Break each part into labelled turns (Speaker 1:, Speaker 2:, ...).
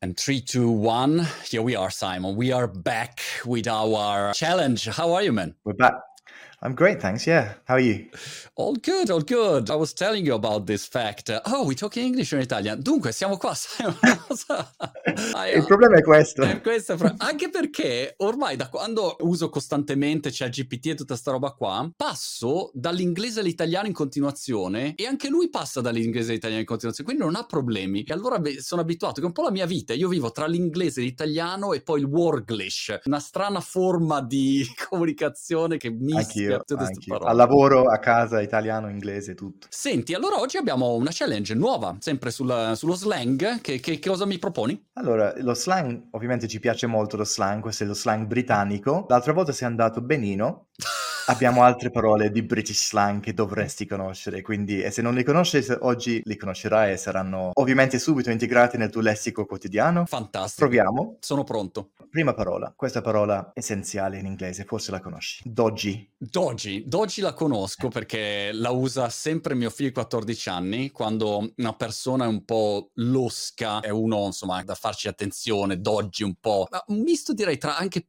Speaker 1: And three, two, one. Here we are, Simon. We are back with our challenge. How are you, man?
Speaker 2: We're back. I'm great, thanks. Yeah. How are you?
Speaker 1: All good, all good. I was telling you about this fact. Uh, oh, we talk in English or in Italian. Dunque, siamo qua, Simon. I,
Speaker 2: Il problema è questo.
Speaker 1: Eh, questo è fra- anche perché ormai da quando uso costantemente ChatGPT e tutta sta roba qua, passo dall'inglese all'italiano in continuazione e anche lui passa dall'inglese all'italiano in continuazione, quindi non ha problemi. E allora beh, sono abituato che è un po' la mia vita, io vivo tra l'inglese, l'italiano e poi il Worglish, una strana forma di comunicazione che mischia
Speaker 2: Anch'io,
Speaker 1: tutte queste
Speaker 2: anch'io.
Speaker 1: parole.
Speaker 2: Al lavoro, a casa, italiano, inglese, tutto.
Speaker 1: Senti, allora oggi abbiamo una challenge nuova, sempre sulla- sullo slang. Che, che cosa mi proponi?
Speaker 2: Allora, lo slang, ovviamente ci piace molto lo slang, questo è lo slang britannico. L'altra volta sei andato benino. Abbiamo altre parole di British slang che dovresti conoscere, quindi e se non li conosci se- oggi li conoscerai e saranno ovviamente subito integrati nel tuo lessico quotidiano.
Speaker 1: Fantastico.
Speaker 2: Proviamo.
Speaker 1: Sono pronto.
Speaker 2: Prima parola, questa parola essenziale in inglese, forse la conosci. Dodgy.
Speaker 1: Doji, Doji la
Speaker 2: Eh.
Speaker 1: conosco perché la usa sempre mio figlio di 14 anni, quando una persona è un po' losca, è uno insomma da farci attenzione, Doji un po', ma un misto direi tra anche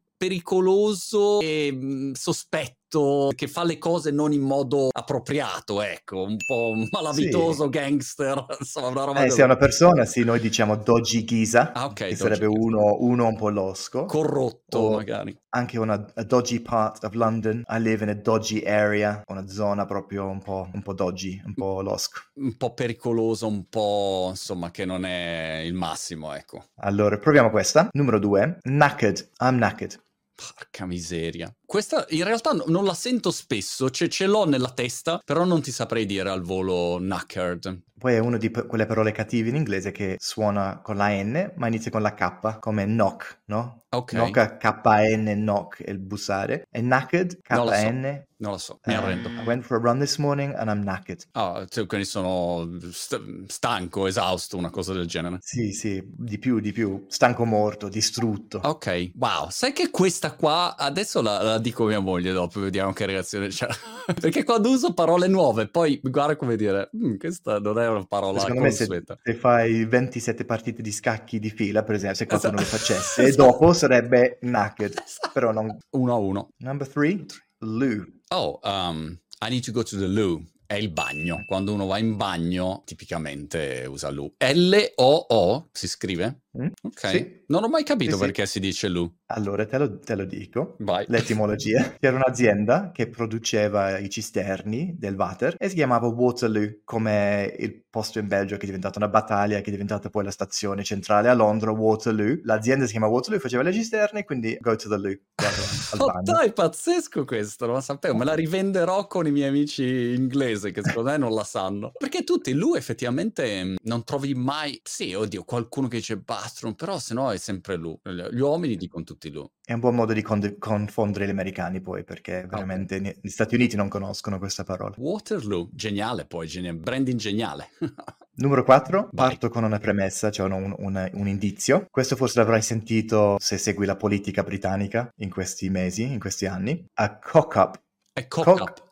Speaker 1: pericoloso e mh, sospetto, che fa le cose non in modo appropriato, ecco, un po' malavitoso, gangster, insomma una roba
Speaker 2: Eh,
Speaker 1: del-
Speaker 2: se è una persona, sì, noi diciamo Doji Ghisa,
Speaker 1: Ah, ok,
Speaker 2: che
Speaker 1: Doji
Speaker 2: sarebbe
Speaker 1: Ghisa.
Speaker 2: uno, uno un po' losco.
Speaker 1: corrotto
Speaker 2: o
Speaker 1: magari.
Speaker 2: Anche una a dodgy part of London. I live in a dodgy area, una zona proprio un po', un po' dodgy, un po' losco.
Speaker 1: un po' pericoloso, un po' insomma che non è il massimo, ecco.
Speaker 2: Allora, proviamo questa. Numero due, knackered. I'm knackered.
Speaker 1: Porca miseria. Questa in realtà no- non la sento spesso, cioè ce l'ho nella testa, però non ti saprei dire al volo knackered.
Speaker 2: Poi è una di pe- quelle parole cattive in inglese che suona con la N, ma inizia con la K, come knock, no?
Speaker 1: Ok,
Speaker 2: Knock, K-N, knock, è il bussare. E knackered,
Speaker 1: Non la so.
Speaker 2: K-N.
Speaker 1: non lo so, mi
Speaker 2: eh,
Speaker 1: arrendo.
Speaker 2: I went for a run this morning and I'm knackered.
Speaker 1: Ah, cioè, quindi sono st- stanco, esausto, una cosa del genere.
Speaker 2: Sì, sì, di più, di più. Stanco morto, distrutto.
Speaker 1: Ok, wow, sai che questa qua adesso la, la dico a mia moglie dopo, vediamo che reazione c'è. Perché quando uso parole nuove, poi guarda come dire, "Mm, questa non è una parola
Speaker 2: Secondo me se,
Speaker 1: consueta.
Speaker 2: se fai 27 partite di scacchi di fila, per esempio, se qualcuno lo
Speaker 1: Esatto.
Speaker 2: facesse, e dopo sarebbe knackered. Però non...
Speaker 1: Uno a uno.
Speaker 2: Number three, Lou.
Speaker 1: Oh, um, I need to go to the loo. È il bagno. Quando uno va in bagno, tipicamente usa loo. L-O-O si scrive?
Speaker 2: Mm?
Speaker 1: Ok.
Speaker 2: Sì.
Speaker 1: Non ho mai capito
Speaker 2: Sì, sì.
Speaker 1: perché si dice loo.
Speaker 2: Allora, te lo, te lo dico.
Speaker 1: Vai.
Speaker 2: L'etimologia. C'era un'azienda che produceva i cisterni del water e si chiamava Waterloo, come il posto in Belgio che è diventata una battaglia, che è diventata poi la stazione centrale a Londra, Waterloo. L'azienda si chiama Waterloo, faceva le cisterne, quindi go to the loo, vado al
Speaker 1: Oh,
Speaker 2: bagno.
Speaker 1: dai, pazzesco questo, non lo sapevo. Me la rivenderò con i miei amici inglesi che secondo me non la sanno. Perché tutti, lui effettivamente mh, non trovi mai... Sì, oddio, qualcuno che dice bathroom, però se no è sempre lui. Gli uomini dicono tutti lui.
Speaker 2: È un buon modo di conde- confondere gli americani poi, perché veramente ne- gli Stati Uniti non conoscono questa parola.
Speaker 1: Waterloo, geniale poi, geniale. branding geniale.
Speaker 2: Numero 4,
Speaker 1: Vai.
Speaker 2: parto con una premessa, cioè un, un- un indizio. Questo forse l'avrai sentito se segui la politica britannica in questi mesi, in questi anni. A cock up,
Speaker 1: È cock
Speaker 2: Cock-
Speaker 1: up.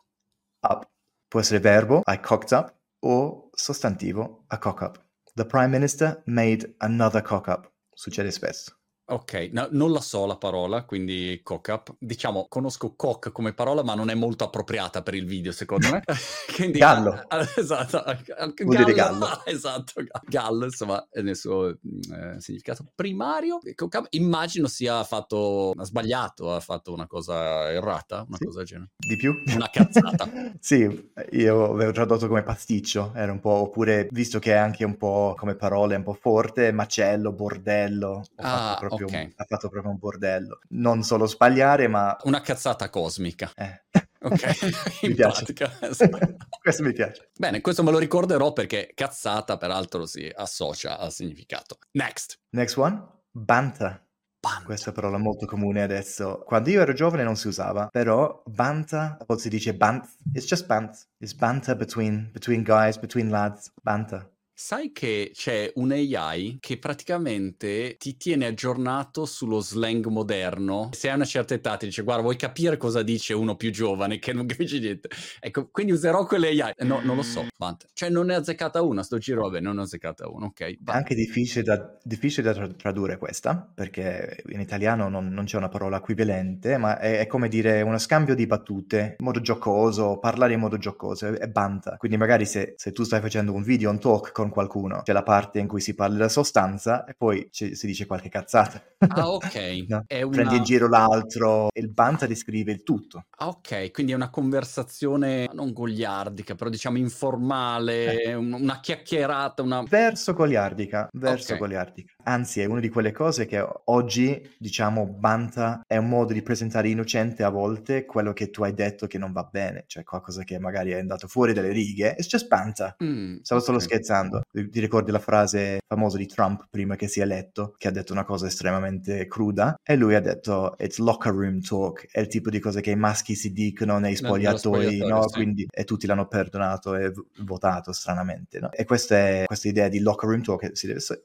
Speaker 2: up. Può essere verbo, I cocked up, o sostantivo, a cock up. The Prime Minister made another cock up. Succede spesso.
Speaker 1: Ok, no- non la so la parola, quindi cock up. Diciamo, conosco cock come parola, ma non è molto appropriata per il video, secondo me. Quindi,
Speaker 2: Gallo.
Speaker 1: ah, ah, esatto, anche
Speaker 2: Vuol dire
Speaker 1: ah, esatto, ga- gallo, insomma, è nel suo mm, eh, significato primario. E Cock up, immagino sia fatto ha sbagliato, ha fatto una cosa errata, una
Speaker 2: Sì.
Speaker 1: cosa del genere.
Speaker 2: Di più?
Speaker 1: Una cazzata.
Speaker 2: sì, io avevo tradotto come pasticcio, era un po', oppure visto che è anche un po' come parole un po' forte, macello, bordello, ho
Speaker 1: Ah,
Speaker 2: fatto proprio un-
Speaker 1: ok.
Speaker 2: ha fatto proprio un bordello. Non solo sbagliare, ma...
Speaker 1: Una cazzata cosmica.
Speaker 2: eh.
Speaker 1: Ok, in
Speaker 2: Mi piace.
Speaker 1: pratica. esatto.
Speaker 2: Questo mi piace.
Speaker 1: Bene, questo me lo ricorderò perché cazzata, peraltro, si associa al significato. Next.
Speaker 2: Next one, banta.
Speaker 1: Bam.
Speaker 2: Questa è una parola molto comune adesso. Quando io ero giovane non si usava, però banta, a volte si dice bant, it's just bant. It's banter between, between guys, between lads, banta.
Speaker 1: Sai che c'è un AI che praticamente ti tiene aggiornato sullo slang moderno. Se hai una certa età ti dice guarda vuoi capire cosa dice uno più giovane che non capisce niente. Ecco, quindi userò quell'AI. Eh, No, non lo
Speaker 2: Mm.
Speaker 1: so, Vante. Cioè non ne ha azzeccata una, sto giro, vabbè, non ne ha azzeccata una, ok.
Speaker 2: È anche difficile da, difficile da tradurre questa, perché in italiano non, non c'è una parola equivalente, ma è, è, come dire uno scambio di battute, in modo giocoso, parlare in modo giocoso, è, è banta. Quindi magari se, se tu stai facendo un video, un talk con qualcuno, c'è la parte in cui si parla della sostanza e poi ci, si dice qualche cazzata.
Speaker 1: Ah, ok.
Speaker 2: no? una... Prendi in giro l'altro e il Banta descrive il tutto.
Speaker 1: Ah, ok, quindi è una conversazione non goliardica, però diciamo informale, eh. una chiacchierata, una...
Speaker 2: Verso goliardica, verso okay. goliardica. Anzi, è una di quelle cose che oggi, diciamo, Banta è un modo di presentare innocente a volte quello che tu hai detto che non va bene, cioè qualcosa che magari è andato fuori dalle righe, e c'è Banta. Mm, Stavo okay. solo scherzando. Ti ricordi la frase famosa di Trump prima che sia eletto, che ha detto una cosa estremamente cruda, e lui ha detto it's locker room talk, è il tipo di cose che i maschi si dicono nei spogliatoi, no? no? Sì. Quindi, e tutti l'hanno perdonato e votato stranamente, no? E questa, è, questa idea di locker room talk,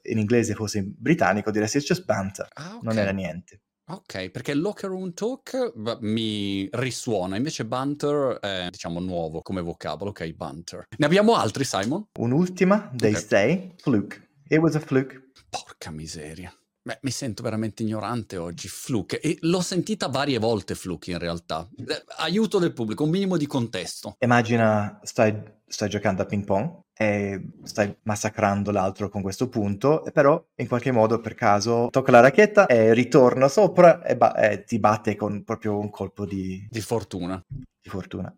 Speaker 2: in inglese fosse in britannico diresti just banter, ah, okay. non era niente.
Speaker 1: Ok, perché locker room talk mi risuona, invece banter è diciamo nuovo come vocabolo, ok, banter. Ne abbiamo altri, Simon?
Speaker 2: Un'ultima, they okay. stay, fluke. It was a fluke.
Speaker 1: Porca miseria. Beh, mi sento veramente ignorante oggi, fluke. E l'ho sentita varie volte fluke in realtà. Eh, Aiuto del pubblico, un minimo di contesto.
Speaker 2: Immagina stai, stai giocando a ping pong e stai massacrando l'altro con questo punto, però in qualche modo per caso tocca la racchetta e ritorna sopra e, ba- e ti batte con proprio un colpo di...
Speaker 1: Di fortuna.
Speaker 2: Di fortuna.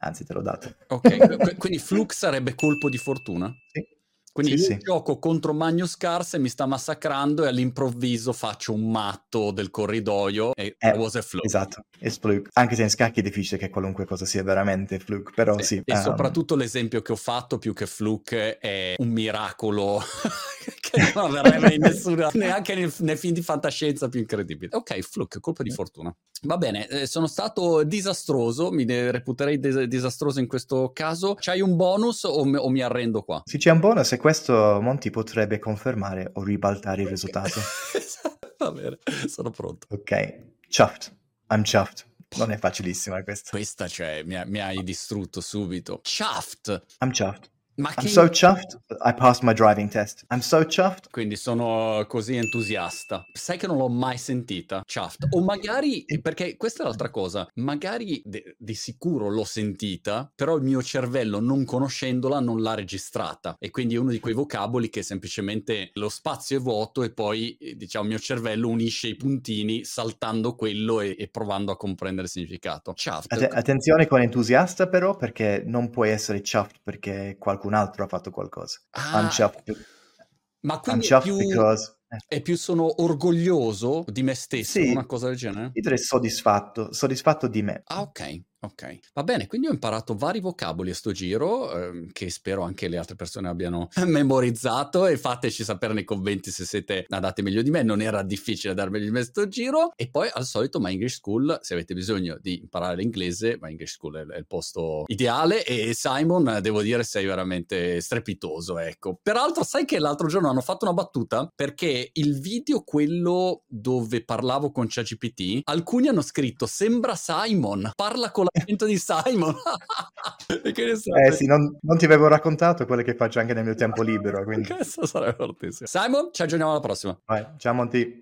Speaker 2: Anzi, te l'ho dato.
Speaker 1: Ok, quindi flux sarebbe colpo di fortuna?
Speaker 2: Sì.
Speaker 1: Quindi
Speaker 2: sì,
Speaker 1: io sì. gioco contro Magno Scarse, mi sta massacrando e all'improvviso faccio un matto del corridoio e eh, was a fluke.
Speaker 2: Esatto, it's fluke. Anche se in scacchi è difficile che qualunque cosa sia veramente fluke, però sì. ehm, sì
Speaker 1: e um... soprattutto l'esempio che ho fatto più che fluke è un miracolo che non avrebbe mai nessuna, neanche nei, nei, film di fantascienza più incredibile. Ok, fluke, colpa di fortuna. Va bene, eh, sono stato disastroso, mi reputerei des- disastroso in questo caso. C'hai un bonus o, m- o mi arrendo qua?
Speaker 2: Sì, c'è un bonus questo Monti potrebbe confermare o ribaltare il risultato.
Speaker 1: Esatto, Va bene, sono pronto.
Speaker 2: Ok, chuffed, I'm chuffed. Non è facilissima questa.
Speaker 1: Questa, cioè, mi, ha, mi hai distrutto subito. Chuffed!
Speaker 2: I'm chuffed.
Speaker 1: Ma che...
Speaker 2: I'm so chuffed, I passed my driving test. I'm so chuffed.
Speaker 1: Quindi sono così entusiasta. Sai che non l'ho mai sentita, chuffed. O magari, perché questa è l'altra cosa, magari de- di sicuro l'ho sentita, però il mio cervello, non conoscendola, non l'ha registrata. E quindi è uno di quei vocaboli che semplicemente lo spazio è vuoto e poi, diciamo, il mio cervello unisce i puntini saltando quello e, e provando a comprendere il significato. Chuffed.
Speaker 2: Att- attenzione con entusiasta però, perché non puoi essere chuffed perché qualcuno qualcun altro ha fatto qualcosa. Ah, I'm eh, chuffed.
Speaker 1: Ma quindi I'm più, because... è più sono orgoglioso di me stesso, sì, una cosa del genere?
Speaker 2: Io soddisfatto, soddisfatto di me.
Speaker 1: Ah, ok. Ok, va bene, quindi ho imparato vari vocaboli a sto giro, ehm, che spero anche le altre persone abbiano memorizzato e fateci sapere nei commenti se siete andati meglio di me, non era difficile darmi di me sto giro e poi al solito My English School, se avete bisogno di imparare l'inglese, My English School è, è il posto ideale e Simon, devo dire, sei veramente strepitoso, ecco. Peraltro sai che l'altro giorno hanno fatto una battuta perché il video, quello dove parlavo con ChatGPT, alcuni hanno scritto sembra Simon, parla con la di Simon.
Speaker 2: eh sì, non, non, ti avevo raccontato quelle che faccio anche nel mio tempo libero. Quindi.
Speaker 1: Questo sarebbe fortissimo. Simon, ci aggiorniamo alla prossima.
Speaker 2: Vai, ciao Monti.